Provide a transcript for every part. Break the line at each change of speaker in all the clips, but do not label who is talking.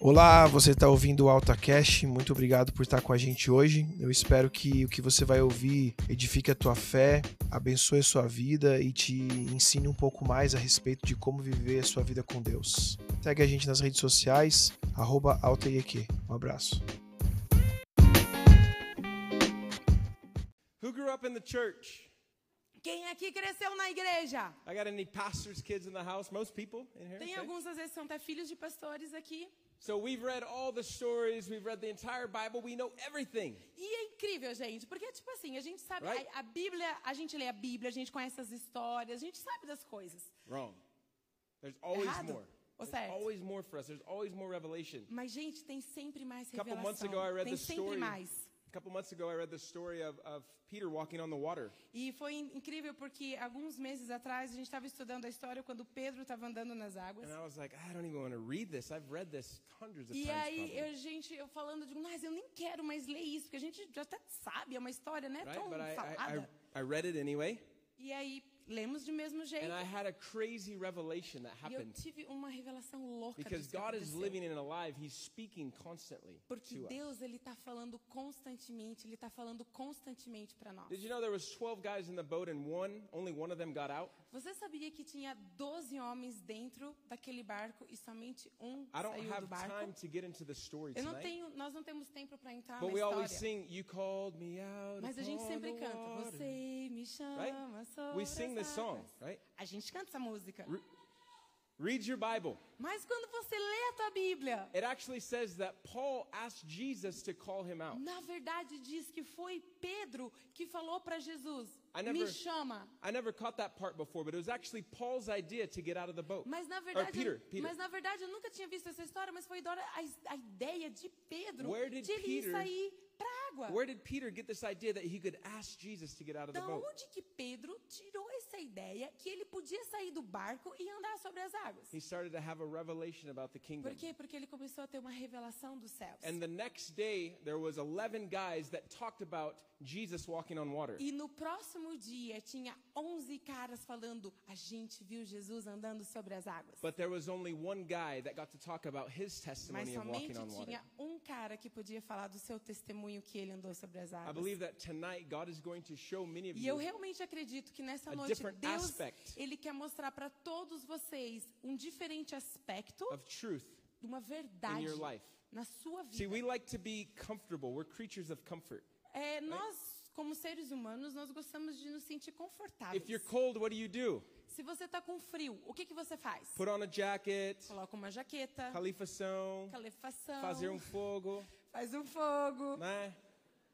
Olá, você está ouvindo o AltaCast, muito obrigado por estar com a gente hoje. Eu espero que o que você vai ouvir edifique a tua fé, abençoe a sua vida e te ensine um pouco mais a respeito de como viver a sua vida com Deus. Segue a gente nas redes sociais, arroba AltaIEQ. Um abraço.
Who grew up in the church?
Quem aqui cresceu na igreja?
I got any pastors' kids in the house? Most people in here.
Tem
okay.
alguns, às vezes, são até filhos de pastores aqui.
So we've read all the stories, we've read the entire Bible, we know everything.
E é incrível, gente, porque, tipo assim, a gente sabe,
Right.
a, a Bíblia, a gente lê a Bíblia, a gente conhece as histórias, a gente sabe das coisas.
Wrong. There's always
Errado.
more.
Ou
There's
certo.
always more for us. There's always more revelation.
Mas, gente, tem sempre mais
A couple
revelação.
months ago, I read
tem
the
sempre
story.
mais.
A couple months ago, I read the story of, of Peter walking on the water.
E foi in- incrível porque alguns meses atrás a gente estava estudando a história quando Pedro estava andando nas águas.
And I was like, I don't even want to read this. I've read this hundreds of
E
times.
aí,
probably.
eu, gente, eu falando, digo, mas eu nem quero mais ler isso, porque a gente já até sabe, é uma história, né?
right?
Tão
But I, I,
falada.
I, I read it anyway.
E aí, lemos do mesmo jeito.
And I had a crazy revelation that
E eu
happened.
tive uma revelação louca
Because
disso que
God is
aconteceu.
living and alive, He's speaking constantly
Porque
to us.
Deus ele está falando constantemente, ele está falando constantemente para nós.
Did you know there was 12 guys in the boat and one, only one of them got out?
Você sabia que tinha 12 homens dentro daquele barco e somente um
I don't
saiu do
have time
barco?
to get into the story
Eu não
tonight.
tenho, nós não temos tempo para entrar
But
na
we always
história.
sing, You called me out.
Mas a gente
upon
sempre
the
canta,
water."
você me chama sobre
We sing
as
this song,
águas."
right?
A gente canta essa música.
Re- read your Bible.
Mas quando você lê a tua Bíblia,
It actually says that Paul asked Jesus to call him out.
na verdade diz que foi Pedro que falou para Jesus,
I
me
never-
chama.
I never caught that part before, but it was actually Paul's idea to get out of the boat.
Mas na
or
verdade,
Peter, Peter.
mas na verdade eu nunca tinha visto essa história, mas foi Dora a, is- a ideia de Pedro
Where
de
did
ele ir
Peter-
sair para água.
Where did Peter get this idea that he could ask Jesus to get out of the
Da
boat?
onde que Pedro tirou essa ideia que ele podia sair do barco e andar sobre as águas?
He started to have a revelation about the kingdom.
Por quê? Porque ele começou a ter uma revelação dos céus.
And the next day, there was 11 guys that talked about Jesus walking on water.
E no próximo dia tinha 11 caras falando: "A gente viu Jesus andando sobre as águas".
But there was only one guy that got to talk about his
Mas
testimony of
somente
walking on water.
tinha um cara que podia falar do seu testemunho que ele andou sobre as
I
águas.
believe that tonight God is going to show many of
E eu
you
realmente acredito que nessa
A
noite
different
Deus
aspect.
ele quer mostrar para todos vocês um diferente aspecto
of truth.
de uma verdade
your life.
na sua
See,
vida.
we like to be comfortable. We're creatures of comfort.
É, nós, como seres humanos, nós gostamos de nos sentir confortáveis.
If you're cold, what do you do?
Se você está com frio, o que, que você faz?
Put on a jacket,
Coloca uma jaqueta,
califação,
calefação,
fazer um fogo,
faz um fogo,
né?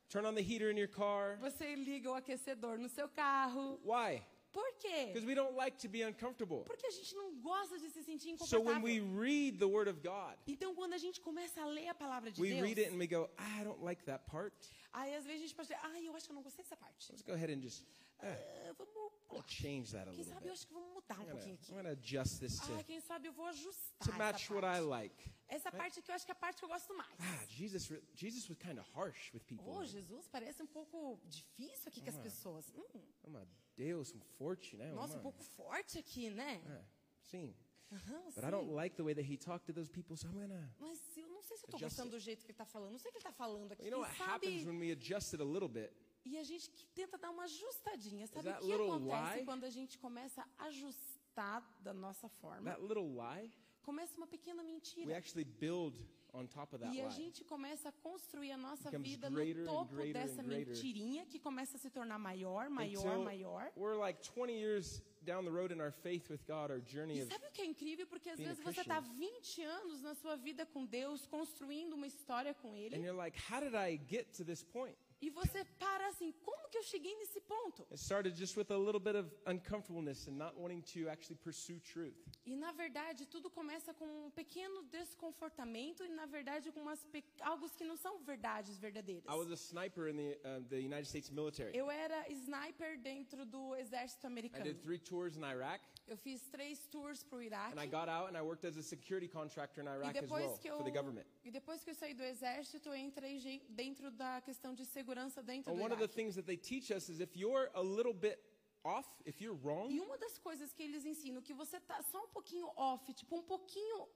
Turn on the heater in your car.
você liga o aquecedor no seu carro.
Why?
Por quê?
Because we don't like to be uncomfortable.
Porque a gente não gosta de se sentir
So
inconfortável.
when we read the Word of God,
Então, quando a gente começa a ler a palavra de
we
Deus,
read it and we go, I don't like that part.
Aí às vezes a gente pode dizer, ai, eu acho que eu não gostei dessa parte.
Let's go ahead and just
Ah, vamos
we'll
pular.
change that a
Quem
little
sabe eu
bit.
acho que vamos mudar um
I'm gonna,
pouquinho aqui.
I'm gonna adjust this
Ah,
to,
quem sabe eu vou ajustar
to match
essa
what I
parte.
like.
Essa parte aqui eu acho que é a parte que eu gosto mais.
Ah, Jesus, re- Jesus was kind of harsh with people.
Ô, Jesus, parece um pouco difícil aqui com as pessoas. Hum,
Oh my Deus, um forte, né?
nossa, um
Uma-
pouco forte aqui, né?
Ah, sim.
Aham,
But I
sim.
don't like the way that he talked to those people, so I'm gonna.
Mas eu não sei se eu tô
Adjust
gostando
it.
do jeito que ele tá falando. Não sei o que ele tá falando aqui.
You know what
Quem
happens
sabe?
when we adjust it a little bit?
E a gente que tenta dar uma ajustadinha. Sabe o
that
que
little
acontece
lie?
quando a gente começa a ajustar da nossa forma?
That little lie,
Começa uma pequena mentira.
we actually build on top of that
E a
lie.
gente começa a construir a nossa
Becomes
vida
greater
no
and
topo
greater
dessa
and greater.
mentirinha que começa a se tornar maior, maior,
Until
maior.
We're like 20 years down the road in our faith with God, our journey
E
of.
sabe o que é incrível? Porque às
being a
vezes você está
Christian.
20 anos na sua vida com Deus, construindo uma história com
And
Ele,
you're like, how did I get to this point?
e você para assim, como que eu cheguei nesse ponto?
It started just with a little bit of uncomfortableness and not wanting to actually pursue truth.
E na verdade, tudo começa com um pequeno desconfortamento e na verdade com umas pe... algo que não são verdades verdadeiras.
I was a sniper in the, uh, the United States military.
Eu era sniper dentro do exército
I
americano.
did three tours in Iraq.
Eu fiz três tours pro Iraque.
And I got out and I worked as a security contractor in
E
Iraq as
depois,
well
que eu,
for the government.
e depois que eu saí do exército, eu entrei gen- dentro da questão de segurança dentro
And
do
Oh, one of the
Iraque.
things that they teach us is if you're a little bit off, if you're wrong,
E uma das coisas que eles ensinam, que você tá só um pouquinho off, tipo um pouquinho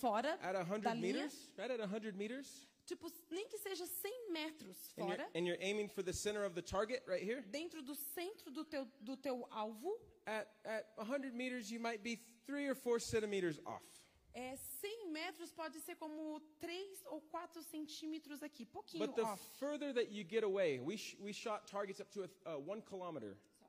fora
at 100
da linha,
meters, right? At 100 meters.
tipo, nem que seja 100 metros
And you're,
fora,
and you're aiming for the center of the target right here.
dentro do centro do teu, do teu alvo,
At, at 100 meters, you might be three or four centimeters off.
é, 100 metros pode ser como 3 ou 4 centímetros aqui, pouquinho
But the
off.
further that you get away, we, sh- we shot targets up to a, th- uh, one kilometer.
Sorry.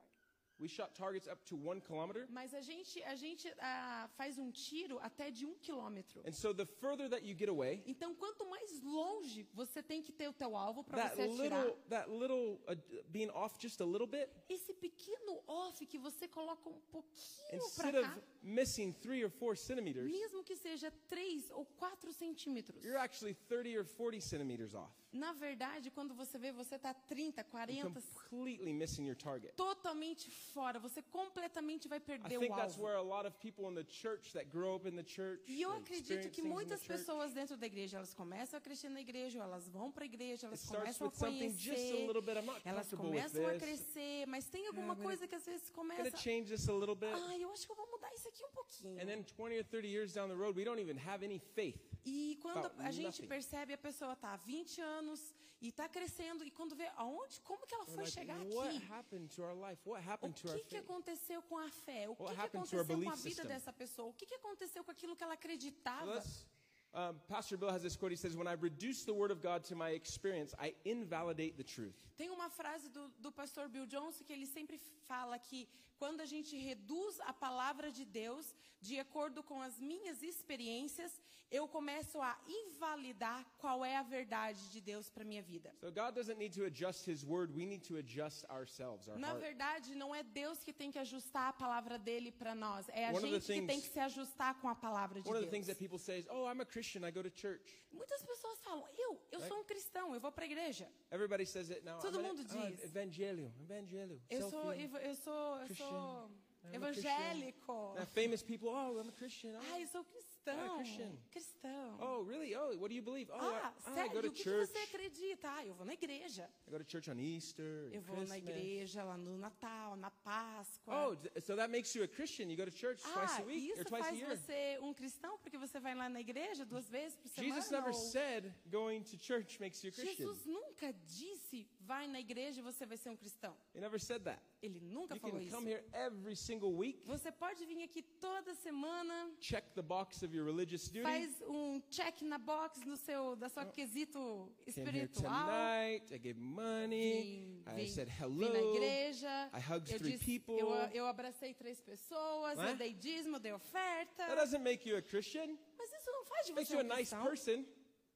We shot targets up to one kilometer.
Mas a gente, a gente ah, faz um tiro até de um quilômetro.
And so the further that you get away,
Então, quanto mais longe você tem que ter o teu alvo para
that
você atirar,
little, that little uh, being off just a little bit,
esse pequeno off que você coloca um pouquinho para
instead of
cá,
missing three or four centimeters,
mesmo que seja 3 ou 4 centímetros.
you're actually 30 or 40 centimeters off.
Na verdade, quando você vê, você tá está 30,
You're
40,
completely missing your target.
totalmente fora. Você completamente vai
I
perder o
think that's
alvo.
where a lot of people in the church that grow up in the church,
E eu
they
acredito
experience
que
things in the
muitas
church,
pessoas dentro da igreja, elas começam a crescer na igreja, ou elas vão para a
it
igreja, elas
starts
começam a
with something just a
conhecer,
little bit. I'm not
elas
comfortable with
começam a
this.
crescer, mas tem alguma
I'm gonna-
coisa que às vezes
I'm going to
começa,
change this a little bit.
ah, eu acho que eu vou mudar isso aqui um pouquinho.
And then 20 or 30 years down the road, we don't even have any faith.
E quando
about
a gente
nothing.
percebe, a pessoa está há 20 anos e está crescendo, e quando vê aonde, como que ela
We're
foi
like,
chegar
what
aqui?
happened to our life? What
O
happened to our
que, que
faith?
aconteceu com a fé? O que,
What
que
happened to our
aconteceu com a
belief
vida
system?
dessa pessoa? O que, que aconteceu com aquilo que ela
So
acreditava?
let's- um, Pastor Bill has this quote. He says, When I reduce the word of God to my experience, I invalidate the truth.
Tem uma frase do, do pastor Bill Johnson que ele sempre fala que quando a gente reduz a palavra de Deus de acordo com as minhas experiências, eu começo a invalidar qual é a verdade de Deus para minha vida.
So God doesn't need to adjust his word. We need to adjust ourselves, our
Na
heart.
verdade, não é Deus que tem que ajustar a palavra dele para nós, é a
One of the
gente que tem
things-
que se ajustar com a palavra de
One of the things
Deus.
that people say is, Oh, I'm a Christian. I go to church.
Muitas pessoas falam: "Eu, eu
É?
sou um cristão, eu vou para a igreja.
Everybody says it now.
Todo
I'm an-
mundo
"Ah,
diz.
Evangelho. Evangelho.
Eu sou,
selfie."
ev- eu sou, eu
Christian.
sou
I'm a
evangélico."
Now, famous people, Oh, I'm a Christian. Oh,
Ah, eu sou cristão.
Ah, Christian.
Cristão.
oh really? Oh, what do you believe? Oh, I-
ah,
ah, I,
sério?
go
E
to
o que, que
church.
você acredita? Ah, eu vou na igreja.
I go to church on Easter. and
Eu vou na
Christmas.
igreja lá no Natal, na Páscoa.
Oh, th- so that makes you a Christian. You go to church twice
ah,
a week or
isso
twice a
faz
year.
você um cristão porque você vai lá na igreja duas vezes por semana?
Jesus never
ou-
said going to church makes you a Christian.
Jesus nunca disse, vai na igreja e você vai ser um cristão.
He never said that.
Ele nunca
You
falou
can
isso.
come here every single week,
Você pode vir aqui toda semana,
check the box of your religious duty.
faz um check na box no seu, da sua quesito
Oh. Came here
espiritual.
tonight. I gave money.
Vim,
I
vim,
said
vim na
hello.
igreja.
I hugged
eu,
three people.
eu, a- eu abracei três pessoas,
Né?
eu dei dízimo, dei oferta.
That doesn't make you a Christian.
Mas isso não faz de
Makes
você
you a
um
nice
cristão.
person.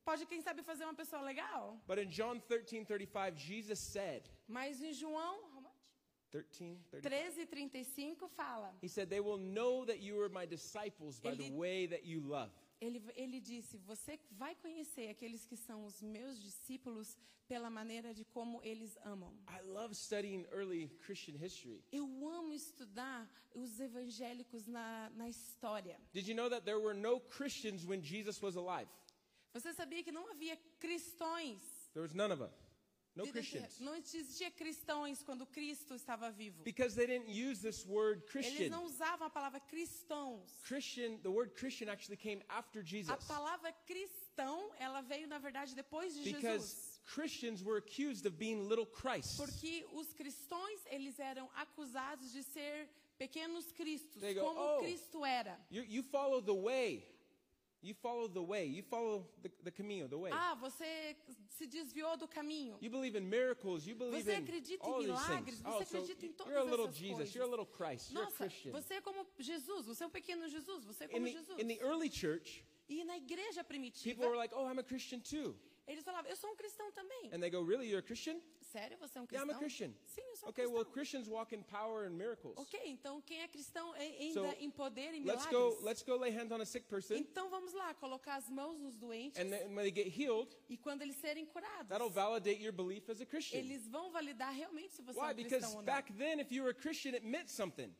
Pode, quem sabe, fazer uma pessoa legal.
But in John 13, 35, Jesus said,
Mas em João
13, 35,
13, 35 fala...
he said, they will know that you are my disciples by the
Ele-
way that you love.
Ele, ele disse: Você vai conhecer aqueles que são os meus discípulos pela maneira de como eles amam.
I love studying early Christian history.
Eu amo estudar os evangélicos na, na história.
Did you know that there were no Christians when Jesus was alive?
Você sabia que não havia cristões?
There was none of them. No
Didn't-
Christians.
Não existia cristões quando Cristo estava vivo.
Because they didn't use this word
Eles
Christian.
não usavam a palavra cristãos.
Christian, the word Christian actually came after Jesus.
A palavra cristão, ela veio, na verdade, depois de Jesus.
Because Christians were accused of being little Christ.
Porque os cristãos, eles eram acusados de ser pequenos cristos,
They go,
como
"Oh."
Cristo era.
You, you follow the way. You follow the way. You follow the, the camino, the way.
Ah, você se desviou do caminho.
You believe in miracles. You believe
Você
in
acredita em
all these
milagres,
things.
você
Oh, so
acredita em
you're a
todas
little
essas
Jesus.
coisas.
You're a little Christ. You're a
Nossa,
Christian.
você é como Jesus, você é um pequeno Jesus, você é
In
como
the,
Jesus.
in the early church,
E na igreja
people were
primitiva,
like, "Oh, I'm a Christian too,"
eles falavam, eu sou um cristão também.
and they go, "Really, you're a Christian?"
Sério, você é um
Yeah,
cristão?
I'm a Christian.
Sim, eu sou um
Okay, well,
cristão.
Christians walk in power and miracles.
Ok, então quem é cristão é
So,
ainda em poder e
Let's
milagres.
go. Let's go lay hands on a sick person,
Então vamos lá, colocar as mãos nos doentes
and then when they get healed,
e quando eles serem curados,
that'll validate your belief as a Christian.
eles vão validar realmente se você é
Why?
um cristão
Because
ou não.
back then, if you were a Christian, it meant something.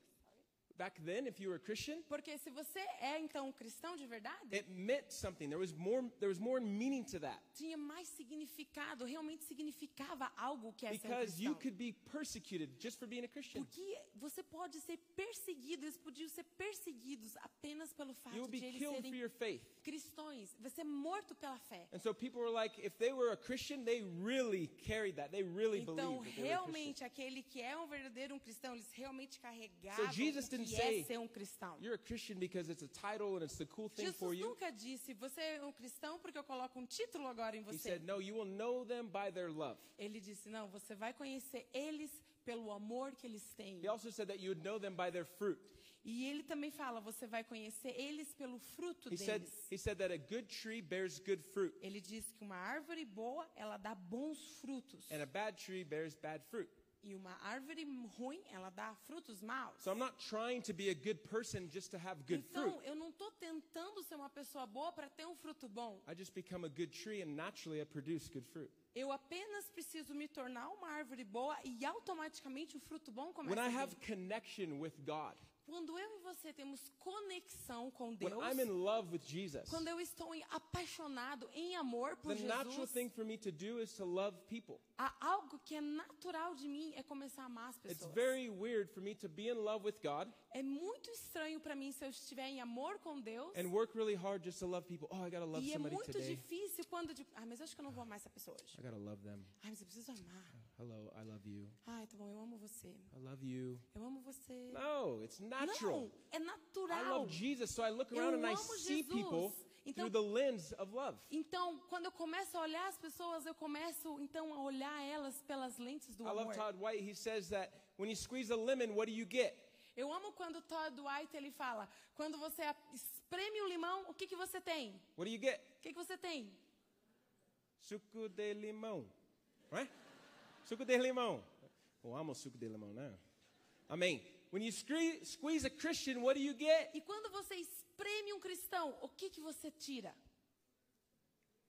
Back then, if you were a Christian,
Porque se você é então um cristão de verdade,
it meant something. There was more, there was more meaning to that.
tinha mais significado, realmente significava algo que é ser um
Because you
cristão.
could be persecuted just for being a Christian.
Porque você pode ser perseguido, eles podiam ser perseguidos apenas pelo
You
fato
would
de
be
eles
killed for
serem
your faith.
cristãos. Você é morto pela fé.
And so people were like, if they were a Christian, they really carried that. They really believed that
Então,
they were a Christian.
realmente, aquele que é um verdadeiro um cristão, eles realmente carregavam
So Jesus
o que
didn't
é
say,
ser um cristão.
You're a Christian because it's a title and it's the cool thing for
Jesus
you.
nunca disse, você é um cristão porque eu coloco um título agora em
He
você.
said, no, you will know them by their love.
Ele disse, não, você vai conhecer eles pelo amor que eles têm.
He also said that you would know them by their fruit.
E ele também fala, você vai conhecer eles pelo fruto
He said,
deles.
he said that a good tree bears good fruit
Ele diz que uma árvore boa, ela dá bons frutos.
and a bad tree bears bad fruit.
E uma árvore ruim, ela dá frutos maus.
So I'm not trying to be a good person just to have good fruit.
Então, eu não estou tentando ser uma pessoa boa para ter um fruto bom.
I just become a good tree and naturally I produce good fruit.
Eu apenas preciso me tornar uma árvore boa e automaticamente o fruto bom
When
começa
I
a vir.
have connection with God,
Quando eu e você temos conexão com
when
Deus,
I'm in love with Jesus,
quando eu estou em- apaixonado em amor por
the natural
Jesus,
thing for me to do is to love people.
há algo que é natural de mim é começar a amar as
It's
pessoas.
very weird for me to be in love with God
É muito estranho para mim se eu estiver em amor com Deus
and work really hard just to love people. Oh, I gotta love
e é
somebody
muito
today.
difícil quando de, ah, mas eu acho que eu não vou amar essa pessoa hoje.
I gotta love them.
Ai, mas eu preciso amar.
Hello, I love you.
Ai, tá bom, eu amo você.
I love you.
Eu amo você.
No, it's natural.
Não, é
I
natural.
love Jesus, so I look
Eu
around and I
amo
see people
Jesus.
through
Então-
the lens of love.
Então, quando eu começo a olhar as pessoas, eu começo então a olhar elas pelas lentes do
I love
amor.
Todd White. He says that when you squeeze a lemon, what do you get?
Eu amo quando o Todd White ele fala, quando você a- espreme o limão, o que que você tem?
What do you get?
O que que você tem?
Suco de limão. Right? Suco de limão. Oh, amo suco de limão now. Amém. When you scree- squeeze a Christian, what do you get?
E quando você espreme um cristão, o que que você tira?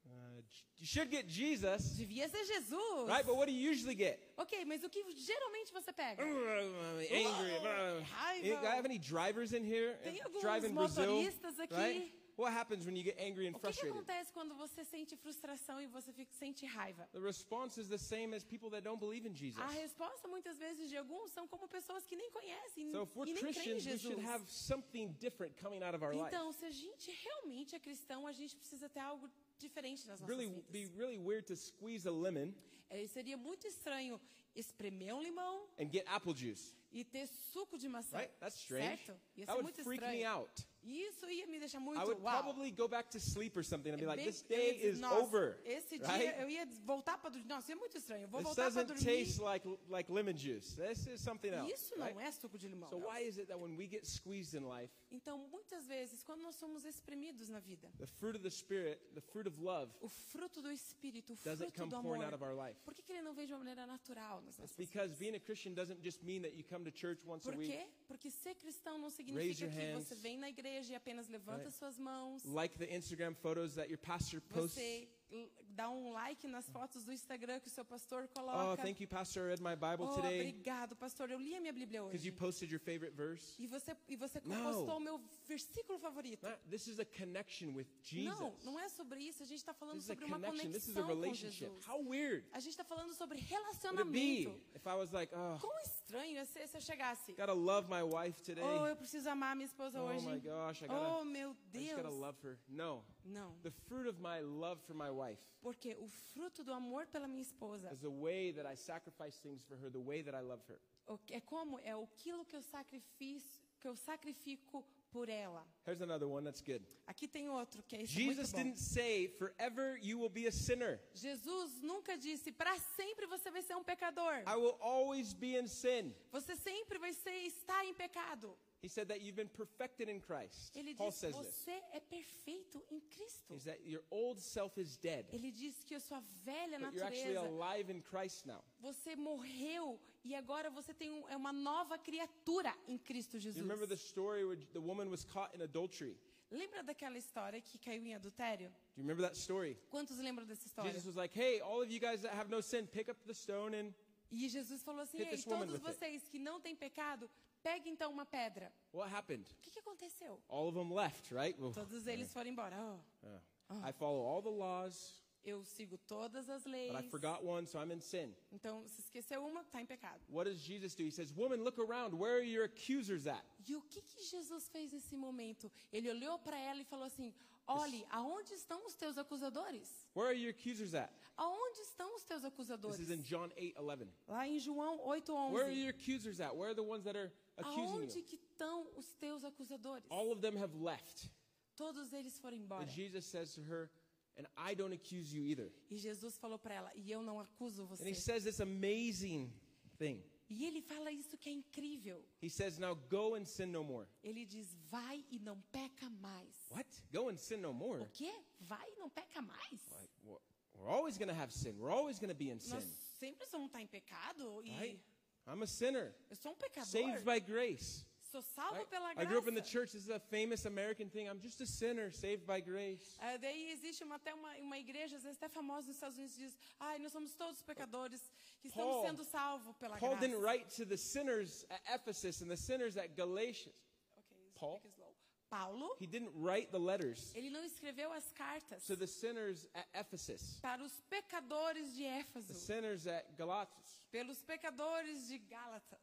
Uh, j- you should get Jesus,
Devia ser Jesus.
right? But what do you usually get?
Ok, mas o que geralmente você pega?
Hum, angry. Any- I have any drivers in here?
Tem alguns
Drive in Brazil,
motoristas aqui.
right? What happens when you get angry and
O que, que
frustrated?
acontece quando você sente frustração e você fica- sente raiva?
The response is the same as people that don't believe in Jesus.
A resposta muitas vezes de alguns são como pessoas que nem conhecem
So if we're
e nem creem em
Christians, we
Jesus.
should have something different coming out of our life.
Então, se a gente realmente é cristão, a gente precisa ter algo diferente nas nossas
Really,
vidas.
be really weird to squeeze a lemon
É, seria muito estranho espremer um limão
and get apple juice,
e ter suco de maçã.
right? That's strange.
Certo? Ia
That
ser
would
muito
freak me
estranho.
out.
E Isso ia me deixar muito
I would
uau.
probably go back to sleep or something and be
É
like,
bem-
"This
eu ia
day
dizer,
is
"Nossa,
over."
Esse
Right?
dia eu ia voltar para dormir. Nossa, é muito estranho. Eu vou
This
voltar para
doesn't
dormir.
taste like like lemon juice. This is something else.
Isso
right?
não é suco de limão.
So
não.
why is it that when we get squeezed in life,
Então, muitas vezes, quando nós somos espremidos na vida,
the fruit of the spirit, the fruit of love,
o fruto do Espírito, o
doesn't come
fruto do
pouring out of
amor,
our life?
por que, que ele não vem de uma maneira natural nas
It's
nossas
because being a Christian doesn't just mean that you come to church once a
Por
week,
quê? Porque ser cristão não
Raise
significa
your
que
hands.
você vem na igreja e apenas levanta
Right.
suas mãos,
like the Instagram photos that your pastor posts.
você l- dá um like nas fotos do Instagram que o seu pastor
Oh,
coloca.
thank you, pastor. I read my Bible
Oh,
today
obrigado, pastor. Eu li a minha Bíblia
because
hoje.
you posted your favorite verse.
E você, e você
Não.
postou o meu versículo favorito.
Not- This is a connection with Jesus.
Não, não é sobre isso. A gente está falando
This is a
sobre uma
connection. This is a
conexão com
relationship.
Jesus.
How weird
A gente está falando sobre
would it be
relacionamento.
if I was like, oh,
Quão estranho ia ser se eu chegasse.
gotta love my wife today.
Oh, eu preciso amar minha esposa
Oh
hoje.
my gosh, I
Oh,
gotta,
meu
I just gotta
Deus.
love her. No,
Não.
the fruit of my love for my wife
Porque o fruto do amor pela minha esposa
is the way that I sacrifice things for her, the way that I love her.
o- é como é aquilo que eu sacrifico, que eu sacrifico por ela.
Here's another one that's good.
Aqui tem outro que é isso é
Jesus
muito bom.
didn't say, forever you will be a sinner.
Jesus nunca disse para sempre você vai ser um pecador.
I will always be in sin.
Você sempre vai ser estar em pecado.
He said that you've been perfected in Christ.
Ele
Paul
diz:
says this.
você é perfeito em Cristo.
Is that your old self is dead,
Ele diz que a sua velha
but you're actually
natureza
alive in Christ now.
Você morreu e agora você tem um- é uma nova criatura em Cristo
You
Jesus.
remember the story where the woman was caught in adultery?
Lembra daquela história que caiu em adultério?
Do you remember that story?
Quantos lembram dessa história?
Jesus was like, "Hey, all of you guys that have no sin, pick up the stone and
E Jesus falou assim:
Hit
Ei,
this woman
todos
with it."
vocês que não têm pecado, Pegue então uma pedra.
What happened?
O que, que aconteceu?
All of them left, right? Well,
Todos eles foram embora. Oh,
uh, I follow all the laws,
eu sigo todas as leis.
but I forgot one, so I'm in sin.
Então, se esqueceu uma, está em pecado.
What does Jesus do? He says, Woman, look around. Where are your accusers at?
E o que, que Jesus fez nesse momento? Ele olhou para ela e falou assim: Olhe, aonde estão os teus acusadores?
Where are your accusers at?
Aonde estão os teus
This is in
acusadores?
John 8 11.
Lá em João
Where are
8:11.
your accusers at? Where are the ones that are accusing Oh.
Aonde
you?
que estão os teus acusadores?
All of them have left.
Todos eles foram embora.
And Jesus says to her, And I don't accuse you either.
E Jesus falou para ela: E eu não acuso
And he
você.
says this amazing thing.
E ele fala isso que é incrível.
He says, Now go and sin no more.
Ele diz: Vai e não peca mais.
What? Go and sin no more?
O quê? Vai e não peca mais?
Like, wha- we're always going to have sin. We're always going to be in sin.
Nós sempre vamos estar em pecado e
Right? I'm a sinner,
eu sou um pecador.
saved by grace.
Sou salvo
right?
pela
I
graça.
grew up in the church. This is a famous American thing. I'm just a sinner, saved by grace.
Ah, daí existe uma, até uma, uma igreja, às vezes até famosa nos Estados Unidos, que diz: Ai, nós somos todos pecadores que
Paul-
estamos sendo salvos pela
Paul
graça.
didn't write to the sinners at Ephesus and the sinners at Galatians.
Okay, it's
Paul?
big and slow. Paulo,
He didn't write the letters
ele não escreveu as cartas
to the sinners at Ephesus,
para os pecadores de
the
Éfeso,
sinners at Galatas.
pelos pecadores de Gálatas.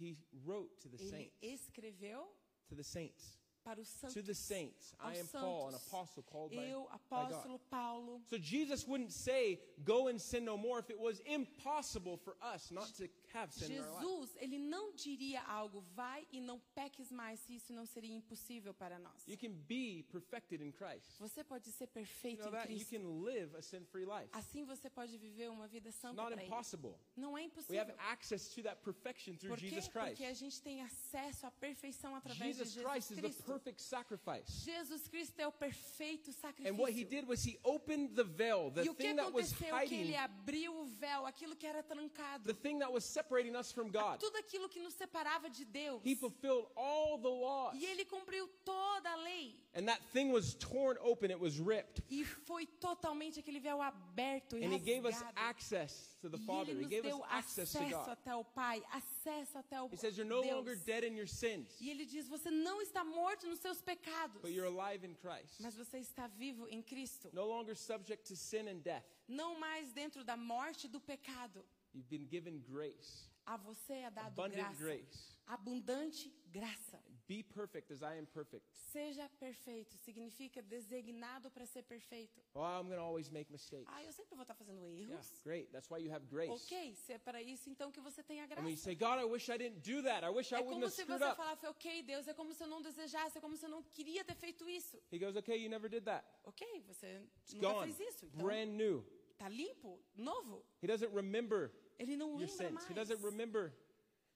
He wrote to the
Ele
saints,
escreveu
to the saints,
para os santos.
to the saints. I
aos
am Paul, an
santos.
apostle called by,
Eu,
by God.
apóstolo Paulo.
So Jesus wouldn't say, go and sin no more if it was impossible for us not to have sin in our life.
Jesus, ele não diria algo, vai e não peques mais, se isso não seria impossível para nós.
You can be perfected in Christ.
Você pode ser
You
perfeito
know
em
that? You
Cristo.
can live a sin-free life. It's
Assim você pode viver uma vida santa
not
para ele.
impossible.
Não é
We have
impossível.
access to that perfection through
Por quê?
Jesus Christ.
Porque a gente tem acesso à perfeição através
Jesus
de
Christ
Jesus
is the
Cristo.
perfect sacrifice.
Jesus Cristo é o perfeito
And what he
sacrifício.
did was he opened the veil, the
e o que
thing that was
aconteceu que
hiding,
ele abriu o véu, aquilo que era
the
trancado,
thing that was separating us from God.
tudo aquilo que nos separava de Deus.
He fulfilled all the laws.
E ele cumpriu toda a lei.
And that thing was torn open, it was ripped.
E foi totalmente aquele véu aberto e
And he gave us
rasgado.
access to the
E
Father.
ele
He
nos
gave us
deu
access to
acesso
God.
até o Pai, acesso até o
He says, You're no
Deus.
longer dead in your sins,
E ele diz: você não está morto nos seus pecados,
but you're alive in Christ.
mas você está vivo em Cristo.
No longer subject to sin and death.
Não mais dentro da morte e do pecado.
You've been given grace,
A você é dado
abundant
graça.
grace.
Abundante graça.
Be perfect as I am perfect.
Seja perfeito. Significa designado para ser perfeito.
Oh, I'm going to always make mistakes.
Ah, eu sempre vou estar fazendo
Yeah,
erros.
great. That's why you have grace.
Ok, se é para isso então que você tenha
And
graça.
when you say, God, I wish I didn't do that. I wish I
É
wouldn't
como
have
Eh, se
screwed
você
up.
falasse, ok, Deus, é como se eu não desejasse, é como se eu não queria ter feito isso.
He goes, Okay, you never did that.
Ok, você
It's
nunca
gone.
fez isso. Então,
Brand new.
tá limpo, novo.
He doesn't remember
Ele não
your
lembra
sins.
mais.
He doesn't remember.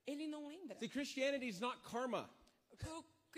Ele não lembra.
See, Christianity is not karma.
O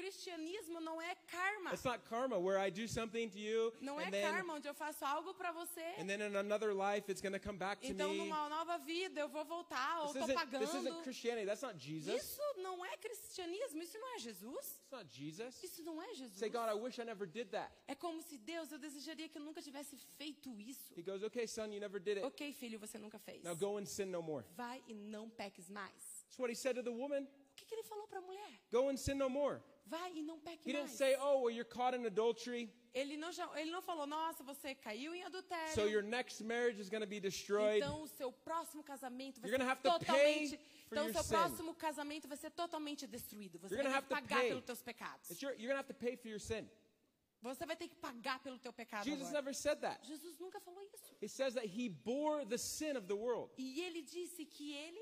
cristianismo não é karma.
It's not karma where I do something to you
Não é
and then
Ah. karma onde eu faço algo para você.
and then in another life it's going to come back to
Então,
me.
numa nova vida, eu vou voltar ou
This
tô
isn't, this isn't
pagando.
Christianity. That's not Jesus.
Isso não é cristianismo, isso não é Jesus.
It's not Jesus.
Isso não é Jesus.
Say, God, I wish I never did that.
É como se Deus, eu desejaria que eu nunca tivesse feito isso.
He goes, okay, son, you never did it.
Ok, filho, você nunca fez.
Now go and sin no more.
Vai e não peques mais.
That's what he said to the woman.
O que, que ele falou para a mulher?
Go and sin no more.
Vai e não peque
He didn't
mais.
say, oh, well, you're caught in adultery,
Ele não, já- ele não falou, nossa, você caiu em adultério.
so your next marriage is going to be destroyed.
Então o seu próximo casamento vai
You're
ser
gonna have to pay
totalmente.
for
Então o
your
seu
sin.
próximo casamento vai ser totalmente destruído. Você
You're
vai
gonna
ter que
have to
pagar
pay.
pelos teus pecados.
It's your, you're going to have to pay for your sin.
Você vai ter que pagar pelo teu pecado.
Jesus
agora.
never said that.
Jesus nunca falou isso.
He says that he bore the sin of the world.
E ele disse que ele,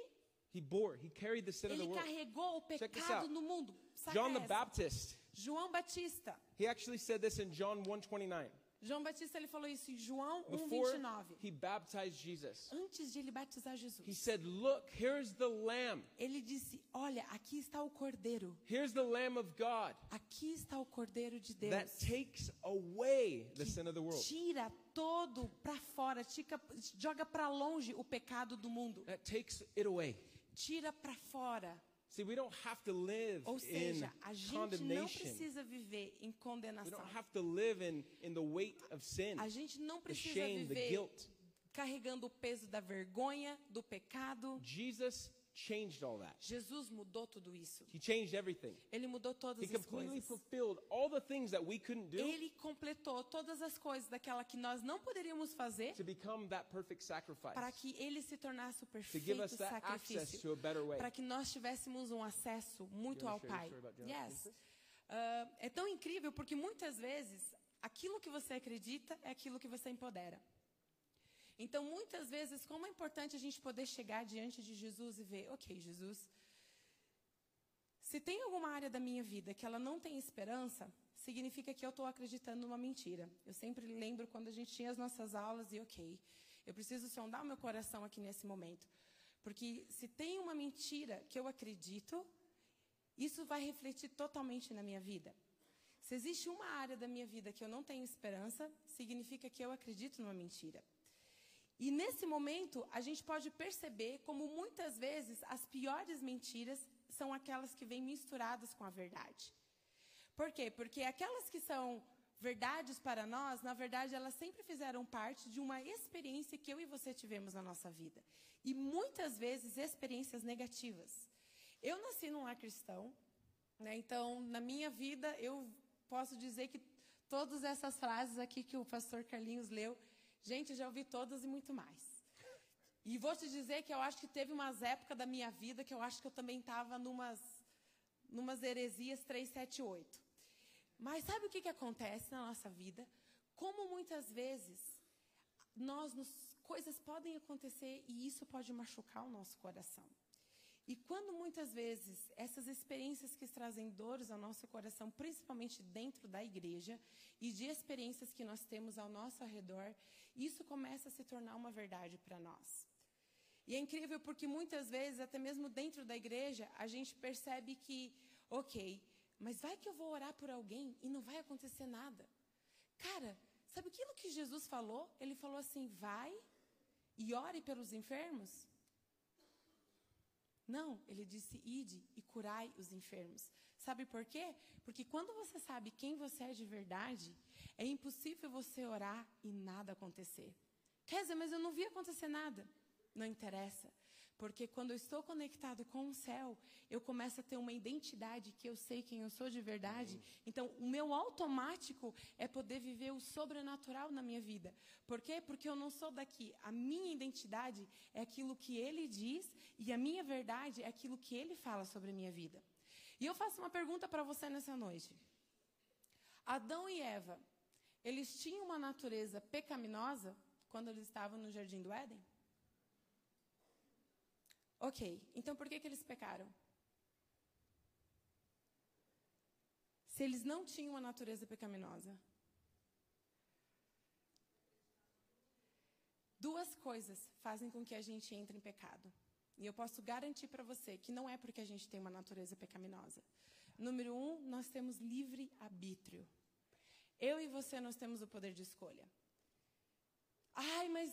He bore, he carried the sin of the
ele
world.
carregou o
Check this
pecado
out.
no mundo. Saca
John the
essa?
Baptist,
João Batista.
he actually said this in John 1:29.
João Batista ele falou isso em João
Before
1:29.
he baptized Jesus,
Antes de ele batizar
he
Jesus,
said, "Look, here's the lamb.
ele disse: "Olha, aqui está o Cordeiro.
Here's the lamb of God
Aqui está o Cordeiro de Deus."
that takes away the sin of the world."
Tira todo para fora, tica- joga para longe o pecado do mundo.
That takes it away.
Tira para fora.
See, we don't have to live
Ou
in
seja, a gente não
condemnation.
precisa viver em
We don't
condenação.
have to live in, in the weight of sin,
A gente não
the
precisa
shame, the
viver
guilt.
carregando o peso da vergonha, do pecado.
Jesus changed all that.
Jesus mudou tudo isso.
He changed everything.
Ele mudou todas
He
as
completely
coisas.
fulfilled all the things that we couldn't do
Ele completou todas as coisas daquela que nós não poderíamos fazer
to become that perfect sacrifice,
para que ele se tornasse o
to give
perfeito
us that access
sacrifício,
to a better way.
para que nós tivéssemos um acesso muito
You wanna
ao
share your
Pai.
story about Jonathan
Yes.
Jesus?
Ah, é tão incrível porque muitas vezes aquilo que você acredita é aquilo que você empodera. Então, muitas vezes, como é importante a gente poder chegar diante de Jesus e ver, ok, Jesus, se tem alguma área da minha vida que ela não tem esperança, significa que eu estou acreditando numa mentira. Eu sempre lembro quando a gente tinha as nossas aulas e, ok, eu preciso sondar o meu coração aqui nesse momento. Porque se tem uma mentira que eu acredito, isso vai refletir totalmente na minha vida. Se existe uma área da minha vida que eu não tenho esperança, significa que eu acredito numa mentira. E nesse momento, a gente pode perceber como muitas vezes as piores mentiras são aquelas que vêm misturadas com a verdade. Por quê? Porque aquelas que são verdades para nós, na verdade, elas sempre fizeram parte de uma experiência que eu e você tivemos na nossa vida. E muitas vezes experiências negativas. Eu nasci num lar cristão, né? então, na minha vida, eu posso dizer que todas essas frases aqui que o pastor Carlinhos leu, gente, eu já ouvi todas e muito mais. E vou te dizer que eu acho que teve umas épocas da minha vida que eu acho que eu também estava numas, numas heresias 378. Mas sabe o que, que acontece na nossa vida? Como muitas vezes nós nos, coisas podem acontecer e isso pode machucar o nosso coração. E quando muitas vezes essas experiências que trazem dores ao nosso coração, principalmente dentro da igreja, e de experiências que nós temos ao nosso redor, isso começa a se tornar uma verdade para nós. E é incrível porque muitas vezes, até mesmo dentro da igreja, a gente percebe que, ok, mas vai que eu vou orar por alguém e não vai acontecer nada. Cara, sabe aquilo que Jesus falou? Ele falou assim: vai e ore pelos enfermos. Não, ele disse: ide e curai os enfermos. Sabe por quê? Porque quando você sabe quem você é de verdade, é impossível você orar e nada acontecer. Quer dizer, mas eu não vi acontecer nada. Não interessa. Porque quando eu estou conectado com o céu, eu começo a ter uma identidade que eu sei quem eu sou de verdade. Então, o meu automático é poder viver o sobrenatural na minha vida. Por quê? Porque eu não sou daqui. A minha identidade é aquilo que ele diz e a minha verdade é aquilo que ele fala sobre a minha vida. E eu faço uma pergunta para você nessa noite. Adão e Eva, eles tinham uma natureza pecaminosa quando eles estavam no jardim do Éden? Ok, então por que, que eles pecaram? Se eles não tinham uma natureza pecaminosa. Duas coisas fazem com que a gente entre em pecado. E eu posso garantir para você que não é porque a gente tem uma natureza pecaminosa. Número um, nós temos livre arbítrio. Eu e você, nós temos o poder de escolha. Ai, mas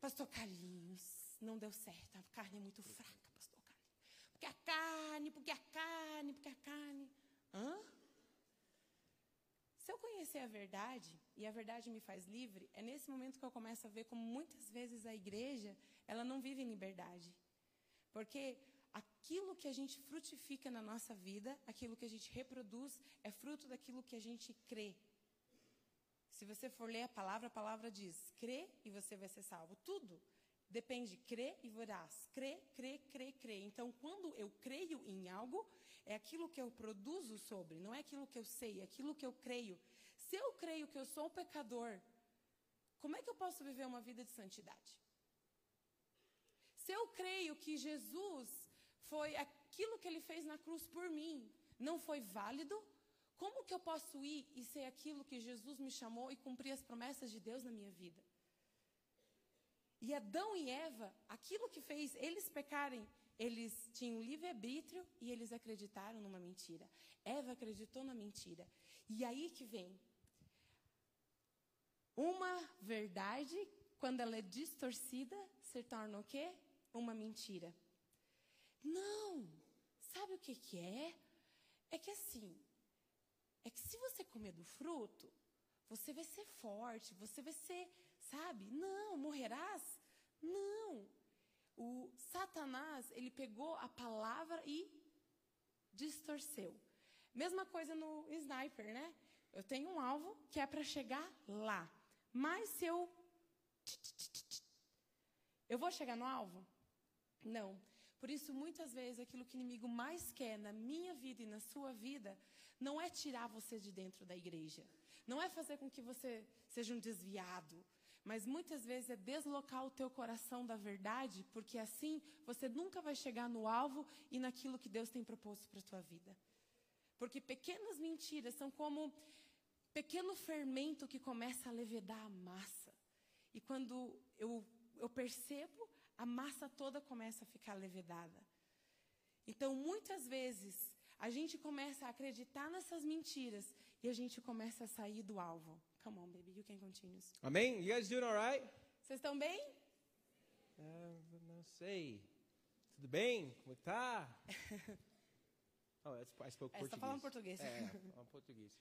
pastor Carlinhos, não deu certo. A carne é muito fraca, pastor Carlinhos. Porque a carne, porque a carne, porque a carne. Hã? Se eu conhecer a verdade e a verdade me faz livre, é nesse momento que eu começo a ver como muitas vezes a igreja, ela não vive em liberdade. Porque aquilo que a gente frutifica na nossa vida, aquilo que a gente reproduz, é fruto daquilo que a gente crê, se você for ler a palavra, a palavra diz: crê e você vai ser salvo. Tudo depende, crê e verás. Crê, crê, crê, crê. Então, quando eu creio em algo, é aquilo que eu produzo sobre, não é aquilo que eu sei, é aquilo que eu creio. Se eu creio que eu sou um pecador, como é que eu posso viver uma vida de santidade? Se eu creio que Jesus foi aquilo que ele fez na cruz por mim, não foi válido, como que eu posso ir e ser aquilo que Jesus me chamou e cumprir as promessas de Deus na minha vida? E Adão e Eva, aquilo que fez eles pecarem, eles tinham livre-arbítrio e eles acreditaram numa mentira. Eva acreditou na mentira. E aí que vem uma verdade, quando ela é distorcida, se torna o quê? Uma mentira. Não! Sabe o que, que é? É que assim, é que se você comer do fruto, você vai ser forte, você vai ser, sabe? Não, morrerás? Não. o Satanás, ele pegou a palavra e distorceu. Mesma coisa no sniper, né? Eu tenho um alvo que é para chegar lá. Mas se eu eu vou chegar no alvo? Não. Por isso, muitas vezes, aquilo que o inimigo mais quer na minha vida e na sua vida não é tirar você de dentro da igreja. Não é fazer com que você seja um desviado. Mas muitas vezes é deslocar o teu coração da verdade, porque assim você nunca vai chegar no alvo e naquilo que Deus tem proposto para a tua vida. Porque pequenas mentiras são como pequeno fermento que começa a levedar a massa. E quando eu, eu percebo, a massa toda começa a ficar levedada. Então, muitas vezes, a gente começa a acreditar nessas mentiras e a gente começa a sair do alvo. Come on, baby, you can continue.
Amém? You guys doing all right?
Vocês estão bem?
Ah, não sei. Tudo bem? Como tá? oh, that's, I spoke
É, você tá falando português.
É, é, I'm Portuguese.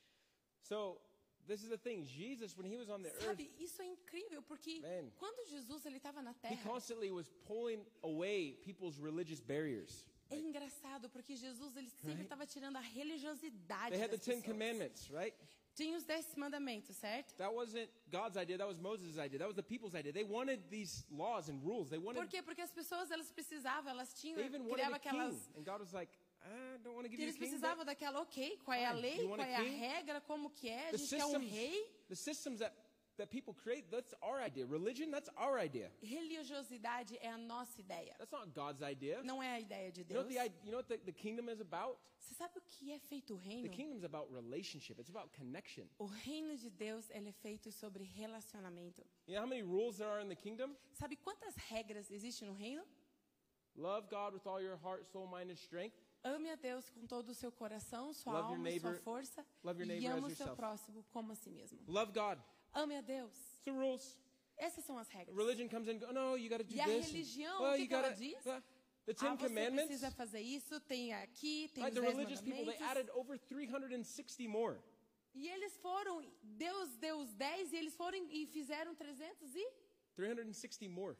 So, this is the thing. Jesus, when he was on the earth,
Sabe, isso é incrível, porque
Man.
quando Jesus ele estava na
he
terra,
constantly was pulling away people's religious barriers.
é engraçado, porque Jesus ele sempre estava tirando a religiosidade
They had the
das
Ten
pessoas.
Commandments, right?
Tinha os dez mandamentos, certo?
That wasn't God's idea. That was Moses' idea. That was the people's idea. They wanted these laws and rules. They wanted.
Por quê? Porque as pessoas elas precisavam, elas tinham,
They even wanted
criavam
a king.
aquelas.
And God was like, I don't want to give
Que
you a
eles
king. but
precisavam daquela, ok, qual é a
Fine.
lei,
You
qual
want a
é a
king?
regra, como que é, a
The
gente quer um
systems,
rei.
the systems that, that people create, that's our idea. Religion, that's our idea.
Religiosidade é a nossa ideia,
That's not God's idea.
não é a ideia de
You know what,
Deus.
the, i- you know what the, the kingdom is about?
Você sabe o que é feito o
The
reino?
kingdom's about relationship. It's about connection.
O reino de Deus ele é feito sobre relacionamento.
You know how many rules there are in the kingdom?
Sabe quantas regras existem no reino?
Love God with all your heart, soul, mind, and strength.
Ame a Deus com todo o seu coração, sua
Love your
alma, sua
neighbor-
força.
love your
e
neighbor
ama
as
o seu
yourself.
próximo como a si mesmo.
Love God.
Ame a Deus.
It's the rules.
Essas são as regras.
Religion comes in. Go, no, you got to do
E a
this.
religião,
well,
o que
you
que ela
gotta-
diz?
uh, the Ten
Ah, você
Commandments.
precisa fazer isso, tem aqui, tem
Right,
os
the
dez
religious people they
mandamentos.
added over 360 more.
E eles foram, Deus deu os 10 e eles foram e fizeram 300 e
360 more.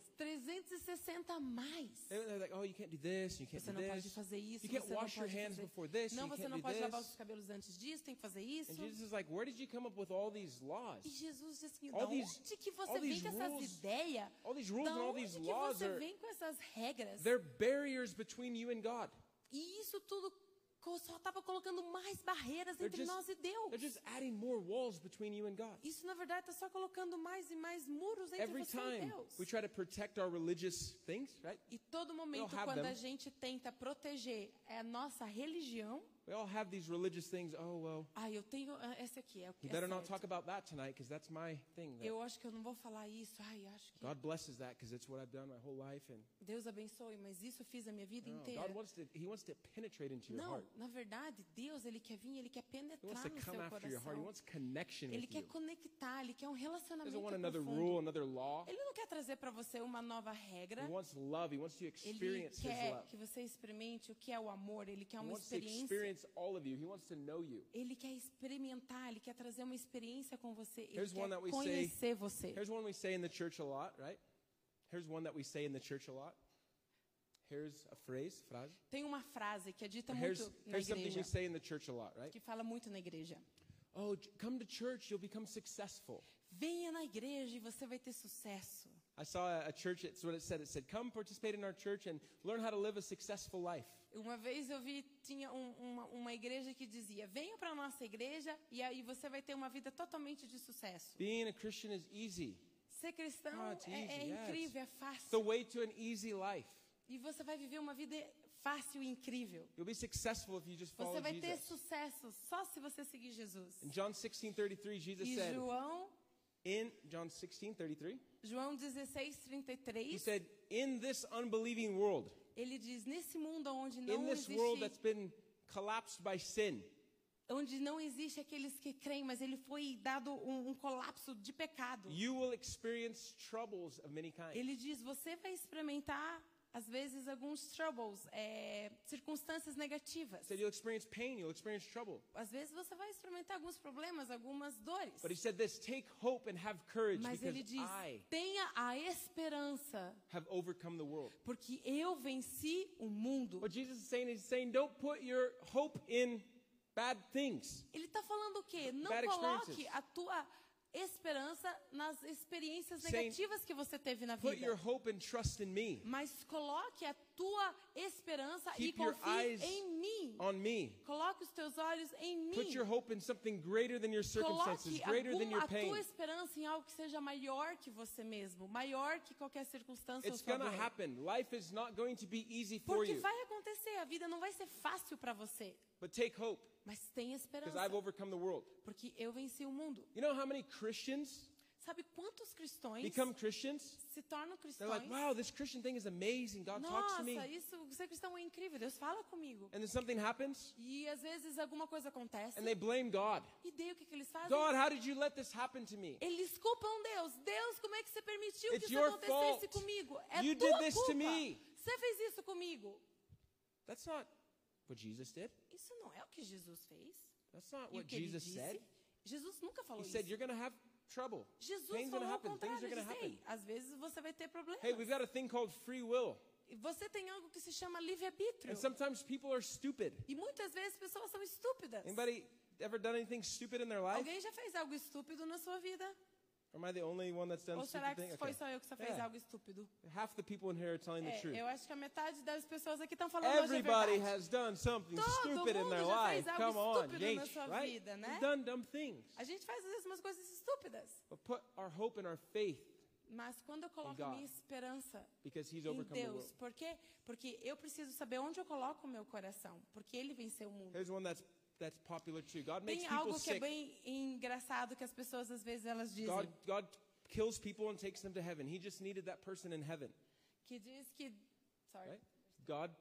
360 a mais.
And they're like, oh, you can't do this, you can't
Você
do
não pode
this.
fazer isso,
you can't
você não
wash your
pode
hands
fazer...
before this,
Não,
you
você
can't
não
do
pode lavar os
this.
cabelos antes disso, tem que fazer isso.
And Jesus is like, where did you come up with all these
E
laws?
Jesus disse assim, da
All these-
onde que
all
você vem
these
com essas
rules-
ideias?
all these rules
da
and all
onde
these
que
laws
você
are-
vem com essas regras?
They're barriers between you and God.
E isso tudo co- só estava colocando mais barreiras
They're
entre
just,
nós e Deus.
they're just adding more walls between you and God.
Isso, na verdade, está só colocando mais e mais muros entre
Every
você e
time
Deus.
we try to protect our religious things, right?
E todo momento,
have
quando a
them.
gente tenta proteger é a nossa religião,
We all have these religious things. Oh, well,
ah, eu tenho ah, essa aqui, é o que
you
é
better not
certo.
talk about that tonight because that's my thing. that
Eu acho que eu não vou falar isso, ai, acho que
God blesses that because it's what I've done my whole life. And
Deus abençoe, mas isso eu fiz a minha vida
No,
inteira.
God wants to, He wants to penetrate into your
Não,
heart.
na verdade, Deus, Ele quer vir, Ele quer
He wants to
penetrar
come
no seu
after your heart. He
coração.
wants connection
Ele
with you.
quer conectar, Ele quer um
He
relacionamento
doesn't want another rule,
profundo.
another law.
Ele não quer trazer para você uma nova regra.
He wants love. He wants you to
Ele
experience His
quer
love.
que você experimente o que é o amor. Ele quer
He
uma
wants to
experiência
experience all of you. He wants to know you.
Ele quer experimentar, ele quer trazer uma experiência com você, ele
Here's one that
quer
we
conhecer você.
Here's one we say in the church a lot, right? Here's one that we say in the church a lot. Here's a phrase, frase.
Tem uma frase que é dita
Here's,
muito na
here's something we
igreja,
say in the church a lot, right?
que fala muito na igreja.
Oh, j- come to church, you'll become successful.
Venha na igreja e você vai ter sucesso.
I saw a, a church, it's what it said. It said, come participate in our church and learn how to live a successful life.
Uma vez eu vi, tinha um- uma, uma igreja que dizia, venha para a nossa igreja e aí você vai ter uma vida totalmente de sucesso.
Being a Christian is easy.
Ser cristão
Ah, Então-
é,
it's
é
easy, yeah,
incrível, é
It's the
fácil.
way to an easy life.
E você vai viver uma vida fácil e incrível.
You'll be successful if you just follow
Você vai ter
Jesus.
sucesso só se você seguir Jesus.
In John 16:33, Jesus
E
said,
João
in John 16:33,
João 16,
he
33,
said, in this unbelieving world,
ele diz, nesse mundo onde
in
não,
this world
existe,
that's been collapsed by sin,
onde não existe aqueles que creem, mas ele foi dado um, um colapso de pecado.
you will experience troubles of many kinds.
Ele diz, você vai experimentar às vezes, alguns troubles, é, circunstâncias negativas.
He said, You'll experience pain, you'll experience trouble.
Às vezes você vai experimentar alguns problemas, algumas dores.
But he said this take hope and have courage
Mas
because
ele diz:
I
tenha a esperança,
have overcome the world.
porque eu venci o mundo.
What Jesus is saying is he's saying, don't put your hope in bad things.
Ele está falando o quê? Não
Bad
coloque
experiences.
a tua esperança nas experiências
Saying,
negativas que você teve na
Put your
vida.
hope and trust in me,
Mas coloque a tua esperança e
Keep your eyes
confie em mim.
on me.
Coloque os teus olhos em
Put your
mim.
hope in something greater than your circumstances,
Coloque
greater than
algum,
your
a
pain.
tua esperança em algo que seja maior que você mesmo, maior que qualquer circunstância ou
It's going to
sua dor.
happen. Life is not going to be easy for
Porque
you.
vai acontecer, a vida não vai ser fácil para você,
But take hope
mas tenha
because
esperança,
I've overcome the world.
porque eu venci o mundo.
You know how many Christians
Sabe quantos cristãos
become Christians?
se tornam
They're
cristãos?
like, wow, this Christian thing is amazing. God talks to me.
Nossa, isso, ser cristão é incrível, Deus fala comigo.
And then something happens
E às vezes alguma coisa acontece,
and they blame God.
e daí o que, que eles fazem?
God, how did you let this happen to me?
Eles culpam Deus. Deus, como é que você permitiu
It's
que isso
your
acontecesse
fault.
comigo? É
You
tua
did this to
culpa.
me.
Você fez isso comigo.
That's not what Jesus did.
Isso não é o que Jesus fez.
That's not
E o
what
que ele
Jesus
disse?
said.
Jesus nunca falou
He
isso.
said, You're going to have trouble.
Jesus
Things gonna
falou ao
happen. Things
contrário.
are gonna
Diz,
happen.
Ei, às vezes você vai ter problemas.
Hey, we've got a thing called free will.
E Você tem algo que se chama
And
livre-arbítrio.
sometimes people are stupid.
E muitas vezes pessoas são estúpidas.
Anybody ever done anything stupid in their life?
Alguém já fez algo estúpido na sua vida?
Or am I the only one Oh, that's done
Ou
a
será
stupid
que
thing?
foi
Okay.
só eu que só fez
É.
algo estúpido?
Half the people in here are telling the
É,
truth.
eu acho que a metade das pessoas aqui estão falando hoje a
Everybody
verdade.
has done something
Todo
stupid in
mundo
their
já
life.
fez algo
Come on,
estúpido na
gente,
sua
right?
vida, né?
We've done dumb things.
A gente faz às vezes umas coisas estúpidas.
But put our hope and our faith
Mas quando eu coloco
God.
a minha esperança
because he's
em
overcome the world.
Deus, por quê? Porque eu preciso saber onde eu coloco o meu coração, porque Ele venceu o mundo.
Here's one that's that's popular too. God makes
Tem
people
algo que é
sick.
bem engraçado que as pessoas às vezes elas
God
dizem,
God kills people and takes them to heaven. He just needed that person in heaven,
que diz que, sorry,
right? God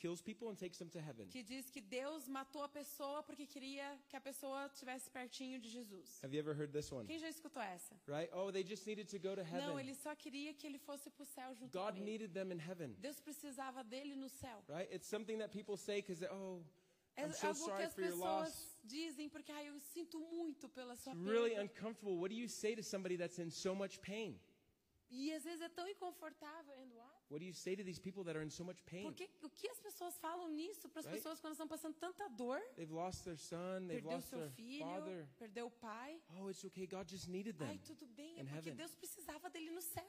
kills people and takes them to heaven.
que diz que Deus matou a pessoa porque queria que a pessoa estivesse pertinho de Jesus.
Have you ever heard this one?
Quem já escutou essa?
Right? Oh, they just needed to go to
Não,
heaven.
ele só queria que ele fosse para o céu junto
God
com ele.
needed them in heaven.
Deus precisava dele no céu.
Right? It's something that people say because oh,
É
I'm so
algo que
sorry
as
for your loss.
pessoas dizem porque ai, eu sinto muito pela sua
It's
perda.
really uncomfortable. What do you say to somebody that's in so much pain?
E às vezes é tão inconfortável. And what?
What do you say to these people that are in so much pain?
Porque o que as pessoas falam nisso para as
Right?
pessoas quando estão passando tanta dor?
They've lost their son, they've
Perdeu
lost
seu
their
filho,
father.
perdeu o pai.
Oh, it's okay. God just needed them.
Ai, tudo bem, é
in
porque
heaven.
Deus precisava dele no céu.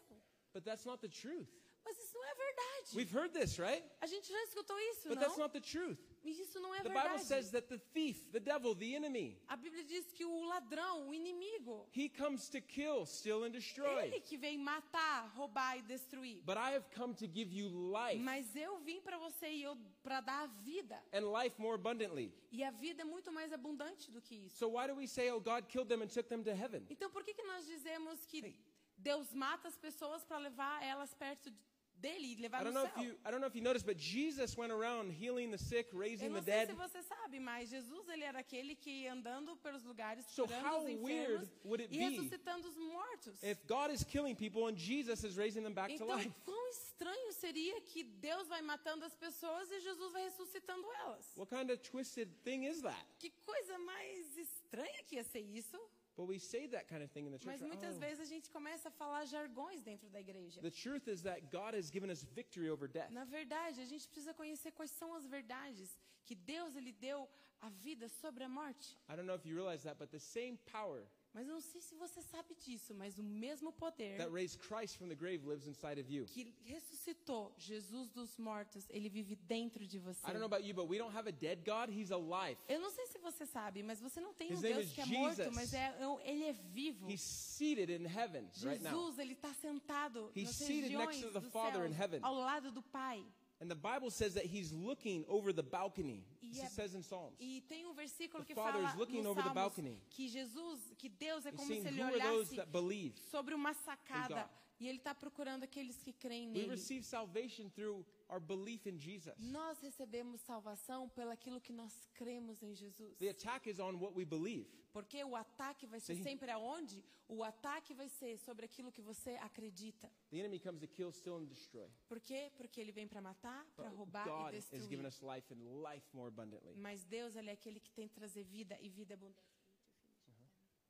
But that's not the truth.
Mas isso não é verdade.
We've heard this, right?
A gente já escutou isso,
But that's
não?
not the truth.
Mas isso não é
The Bible
verdade.
says that the thief, the devil, the enemy,
A Bíblia diz que o ladrão, o inimigo,
he comes to kill, steal, and destroy.
ele que vem matar, roubar e destruir.
But I have come to give you life
Mas eu vim para você e eu para dar a vida.
and life more abundantly.
E a vida é muito mais abundante do que isso.
So why do we say, oh, God killed them and took them to heaven?
Então por que que nós dizemos que Deus mata as pessoas para levar elas perto de- dele e
I
levar no
don't know if
céu?
you I don't know if you noticed, but Jesus went around healing the sick,
Eu
raising the
não sei
dead.
se você sabe, mas Jesus ele era aquele que ia andando pelos lugares
So
curando
how
os
weird
enfermos
would it
e
be
ressuscitando os mortos.
If God is killing people and Jesus is raising them back to
Então,
life,
quão estranho seria que Deus vai matando as pessoas e Jesus vai ressuscitando elas?
what kind of twisted thing is that?
Que coisa mais estranha que ia ser isso?
But we say that kind of thing in the church.
Mas muitas
Oh.
vezes a gente começa a falar jargões dentro da igreja.
The truth is that God has given us victory over death.
Na verdade, a gente precisa conhecer quais são as verdades que Deus ele deu a vida sobre a morte.
I don't know if you realize that, but the same power
Mas eu não sei se você sabe disso, mas o mesmo poder
that raised Christ from the grave lives inside of you.
que ressuscitou Jesus dos mortos, ele vive dentro de você.
I don't know about you, but we don't have a dead God, He's alive.
Eu não sei se você sabe, mas você não tem
His
um
name
Deus
is
que é
Jesus.
morto, mas é, é- ele é vivo.
He's seated in heaven right now.
Jesus, ele está sentado
He's
nas
seated
regiões
next to the
do
Father
céu,
in heaven.
ao lado do Pai.
And the Bible says that He's looking over the balcony.
Yeah.
It says in Psalms.
E tem um versículo
The
que
Father
fala
is looking
nos
over the
Salmos
balcony.
que Jesus, que Deus é
He's
como
saying,
se ele
Who are those
olhasse
that believe?
sobre uma sacada
God.
e ele está procurando aqueles que creem
We
nele.
receive salvation through our belief in Jesus.
Nós recebemos salvação pelo aquilo que nós cremos em Jesus.
The attack is on what we believe.
Porque o ataque vai ser
Sim.
sempre aonde? O ataque vai ser sobre aquilo que você acredita.
The enemy comes to kill, steal, and destroy.
Por quê? Porque ele vem para matar, para
But
roubar
God
e
has given
destruir.
us life and life more abundantly.
Mas Deus, ele é aquele que tem que trazer vida e vida abundante.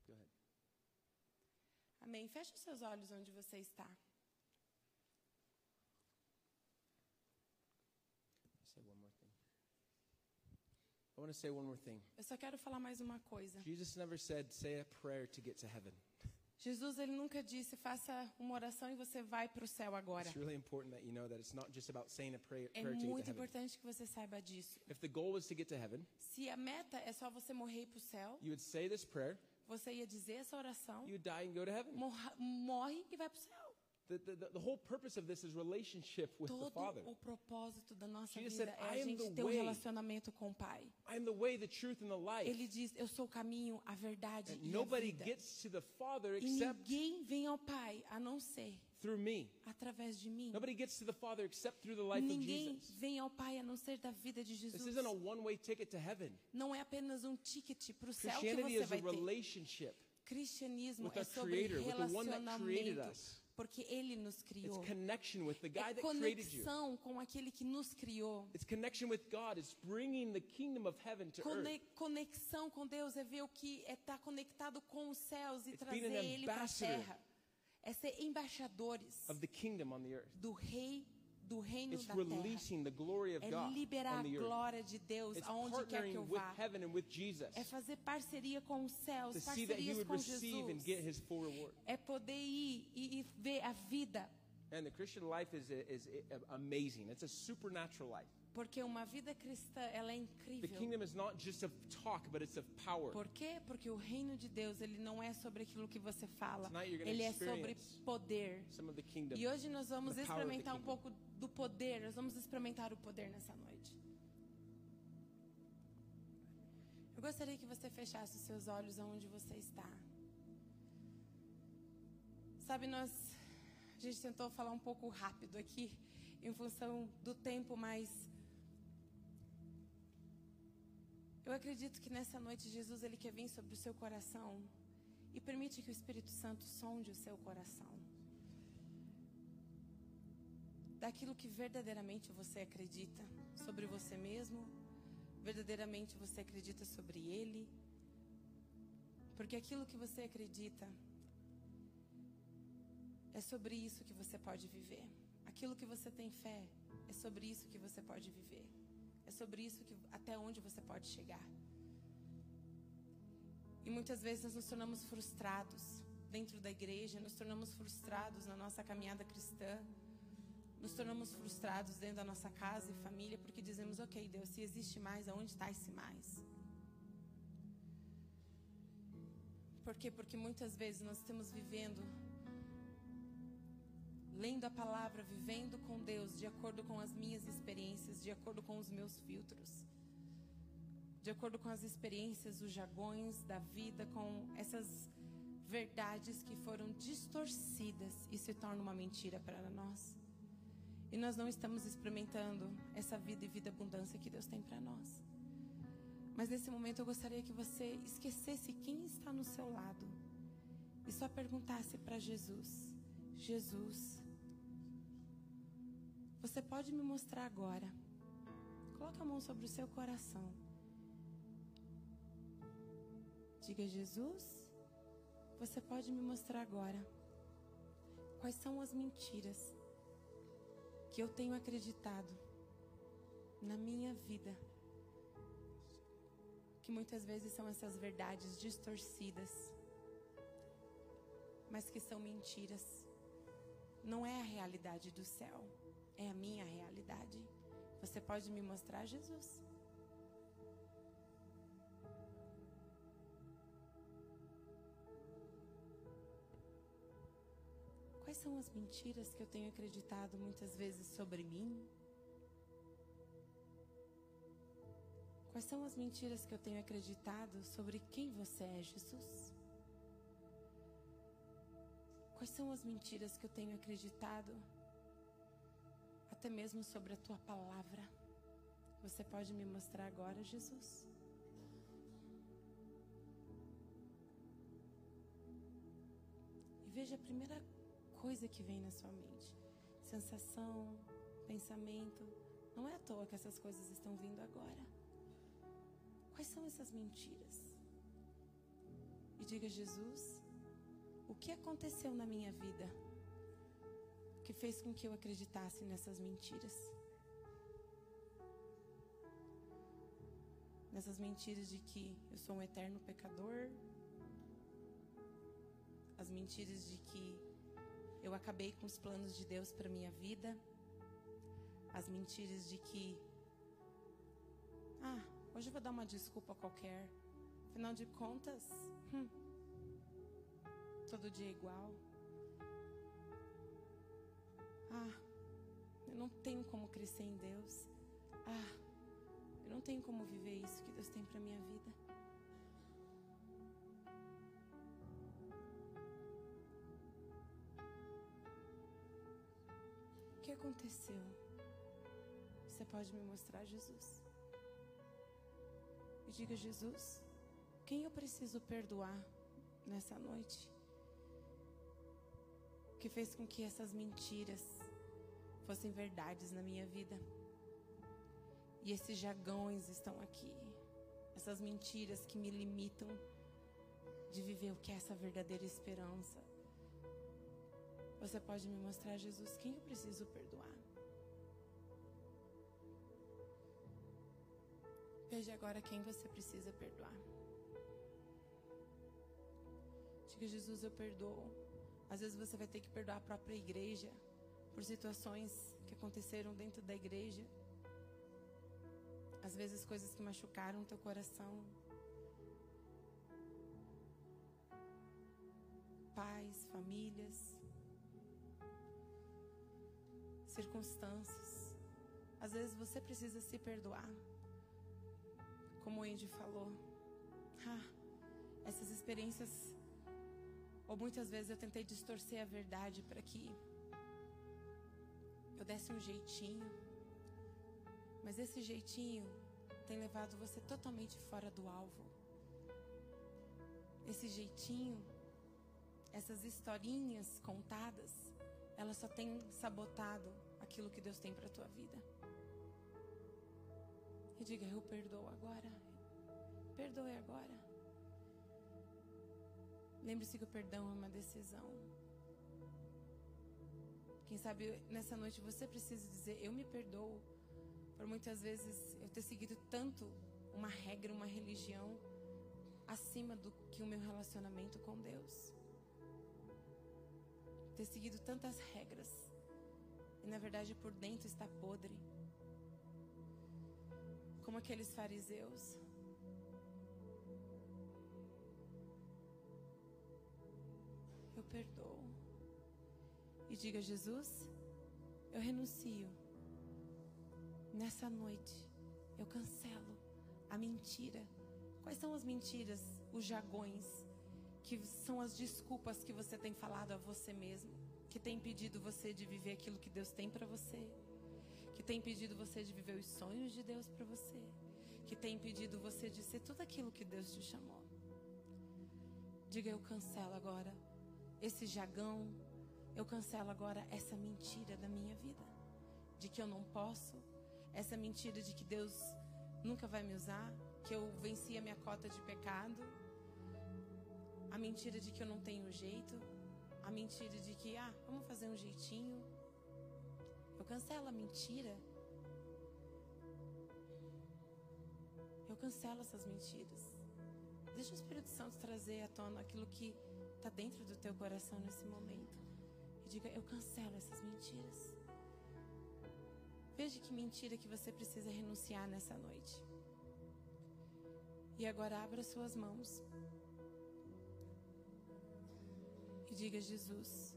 Go ahead.
Amém. Feche os seus olhos onde você está.
Say one more thing. I want to say one more thing.
Eu só quero falar mais uma coisa.
Jesus never said, say a prayer to get to heaven.
Jesus, ele nunca disse, faça uma oração e você vai para o céu agora.
It's really important that you know that it's not just about saying a prayer,
É
prayer to get
muito
to heaven.
importante que você saiba disso.
If the goal was to get to heaven,
Se a meta é só você morrer para o céu,
you would say this prayer,
você ia dizer essa oração,
you would die and go to heaven.
morra- morre e vai para o céu.
The, the, the- the whole purpose of this is relationship with the Father.
Todo o propósito da nossa
Jesus
vida
said,
é a
"I am
gente
the
ter um
way."
relacionamento com o Pai.
I am the way, the truth, and the life.
Ele diz: Eu sou o caminho, a verdade
And
e a
nobody
vida.
gets to the Father
E
except
ninguém vem ao Pai a não ser
through me.
através de mim.
Nobody gets to the Father except through the life of
Ninguém
Jesus.
vem ao Pai a não ser da vida de
This
Jesus.
isn't a one way ticket to heaven.
Não é apenas um ticket para o céu que
Christianity
você
is a
vai ter.
relationship.
Cristianismo
with
é
our
sobre
Creator, with the one that created
relacionamento,
us.
porque Ele nos
It's
criou.
connection with the guy
É
that created you.
conexão com aquele que nos criou.
It's connection with God. It's bringing the kingdom of heaven to earth.
Cone- conexão com Deus é ver o que é estar conectado com os céus e
It's
trazer
being an
ele para a
ambassador.
terra. É ser embaixadores
of the kingdom on the earth.
do rei do reino
It's
da terra.
releasing the glory of
É
God
liberar
on
a
the earth.
glória de Deus
It's
aonde quer que eu
partnering with
vá.
heaven and with Jesus
É fazer parceria com os céus,
to see that he
parcerias
would
com
receive and get
Jesus.
his full reward.
É poder ir e, e ver a vida,
And the Christian life is, is amazing. It's a supernatural life.
porque uma vida cristã ela é
The
incrível.
kingdom is not just of talk, but it's of power.
Por quê? Porque o reino de Deus ele não é sobre aquilo que você fala,
Tonight you're gonna
ele é sobre
experience
poder.
Some of the kingdom.
E hoje nós vamos
The power of the
experimentar um
kingdom.
pouco do poder, nós vamos experimentar o poder nessa noite. Eu gostaria que você fechasse os seus olhos aonde você está. Sabe, nós a gente tentou falar um pouco rápido aqui em função do tempo, mas eu acredito que nessa noite Jesus ele quer vir sobre o seu coração e permite que o Espírito Santo sonde o seu coração daquilo que verdadeiramente você acredita sobre você mesmo, verdadeiramente você acredita sobre ele. Porque aquilo que você acredita é sobre isso que você pode viver. Aquilo que você tem fé é sobre isso que você pode viver. É sobre isso que até onde você pode chegar. E muitas vezes nós nos tornamos frustrados dentro da igreja, nos tornamos frustrados na nossa caminhada cristã. Nos tornamos frustrados dentro da nossa casa e família porque dizemos, ok, Deus, se existe mais, aonde está esse mais? Por quê? Porque muitas vezes nós estamos vivendo, lendo a palavra, vivendo com Deus, de acordo com as minhas experiências, de acordo com os meus filtros, de acordo com as experiências, os jargões da vida, com essas verdades que foram distorcidas e se tornam uma mentira para nós. E nós não estamos experimentando essa vida e vida abundância que Deus tem para nós. Mas nesse momento eu gostaria que você esquecesse quem está no seu lado e só perguntasse para Jesus: Jesus, você pode me mostrar agora? Coloque a mão sobre o seu coração. Diga, Jesus, você pode me mostrar agora quais são as mentiras que eu tenho acreditado na minha vida, que muitas vezes são essas verdades distorcidas, mas que são mentiras. Não é a realidade do céu, é a minha realidade. Você pode me mostrar Jesus? Quais são as mentiras que eu tenho acreditado muitas vezes sobre mim? Quais são as mentiras que eu tenho acreditado sobre quem você é, Jesus? Quais são as mentiras que eu tenho acreditado até mesmo sobre a tua palavra. Você pode me mostrar agora, Jesus? E veja a primeira coisa que vem na sua mente: sensação, pensamento. Não é à toa que essas coisas estão vindo agora. Quais são essas mentiras? E diga, Jesus, o que aconteceu na minha vida que fez com que eu acreditasse nessas mentiras? Nessas mentiras de que eu sou um eterno pecador, as mentiras de que eu acabei com os planos de Deus para minha vida, as mentiras de que ah, hoje eu vou dar uma desculpa qualquer. Afinal de contas, hum, todo dia é igual. Ah, eu não tenho como crescer em Deus. Ah, eu não tenho como viver isso que Deus tem para minha vida. O que aconteceu? Você pode me mostrar, Jesus? E diga, Jesus, quem eu preciso perdoar nessa noite? Que fez com que essas mentiras fossem verdades na minha vida. E esses jagões estão aqui. Essas mentiras que me limitam de viver o que é essa verdadeira esperança. Você pode me mostrar, Jesus, quem eu preciso perdoar? Veja agora quem você precisa perdoar. Diga, Jesus, eu perdoo. Às vezes você vai ter que perdoar a própria igreja por situações que aconteceram dentro da igreja. Às vezes coisas que machucaram teu coração. Pais, famílias, circunstâncias. Às vezes você precisa se perdoar. Como o Andy falou, ah, essas experiências, ou muitas vezes eu tentei distorcer a verdade para que eu desse um jeitinho, mas esse jeitinho tem levado você totalmente fora do alvo. Esse jeitinho, essas historinhas contadas, elas só têm sabotado aquilo que Deus tem para tua vida. E diga, eu perdoo agora. Perdoe agora. Lembre-se que o perdão é uma decisão. Quem sabe nessa noite você precisa dizer, eu me perdoo. Por muitas vezes eu ter seguido tanto uma regra, uma religião, acima do que o meu relacionamento com Deus. Ter seguido tantas regras. E na verdade por dentro está podre como aqueles fariseus. Eu perdoo. E diga, Jesus, eu renuncio. Nessa noite, eu cancelo a mentira. Quais são as mentiras, os jagões, que são as desculpas que você tem falado a você mesmo, que tem impedido você de viver aquilo que Deus tem para você? que tem impedido você de viver os sonhos de Deus para você, que tem impedido você de ser tudo aquilo que Deus te chamou. Diga eu cancelo agora esse jagão, eu cancelo agora essa mentira da minha vida, de que eu não posso, essa mentira de que Deus nunca vai me usar, que eu venci a minha cota de pecado, a mentira de que eu não tenho jeito, a mentira de que ah, vamos fazer um jeitinho. Eu cancelo a mentira. Eu cancelo essas mentiras. Deixa o Espírito Santo trazer à tona aquilo que está dentro do teu coração nesse momento. E diga: Eu cancelo essas mentiras. Veja que mentira que você precisa renunciar nessa noite. E agora abra suas mãos. E diga: Jesus,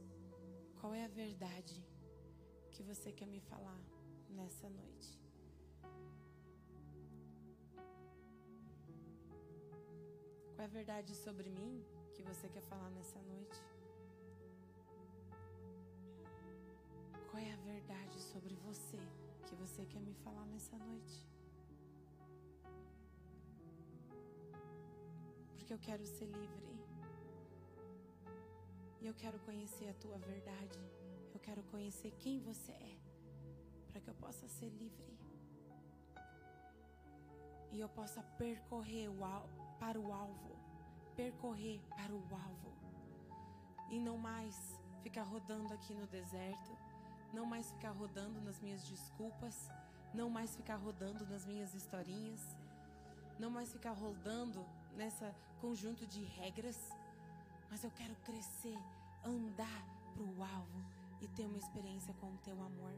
qual é a verdade? que você quer me falar nessa noite. Qual é a verdade sobre mim que você quer falar nessa noite? Qual é a verdade sobre você que você quer me falar nessa noite. Porque eu quero ser livre. E eu quero conhecer a tua verdade. Eu quero conhecer quem você é. Para que eu possa ser livre. E eu possa percorrer o al- para o alvo. Percorrer para o alvo. E não mais ficar rodando aqui no deserto. Não mais ficar rodando nas minhas desculpas. Não mais ficar rodando nas minhas historinhas. Não mais ficar rodando nessa conjunto de regras mas eu quero crescer, andar pro alvo e ter uma experiência com o teu amor.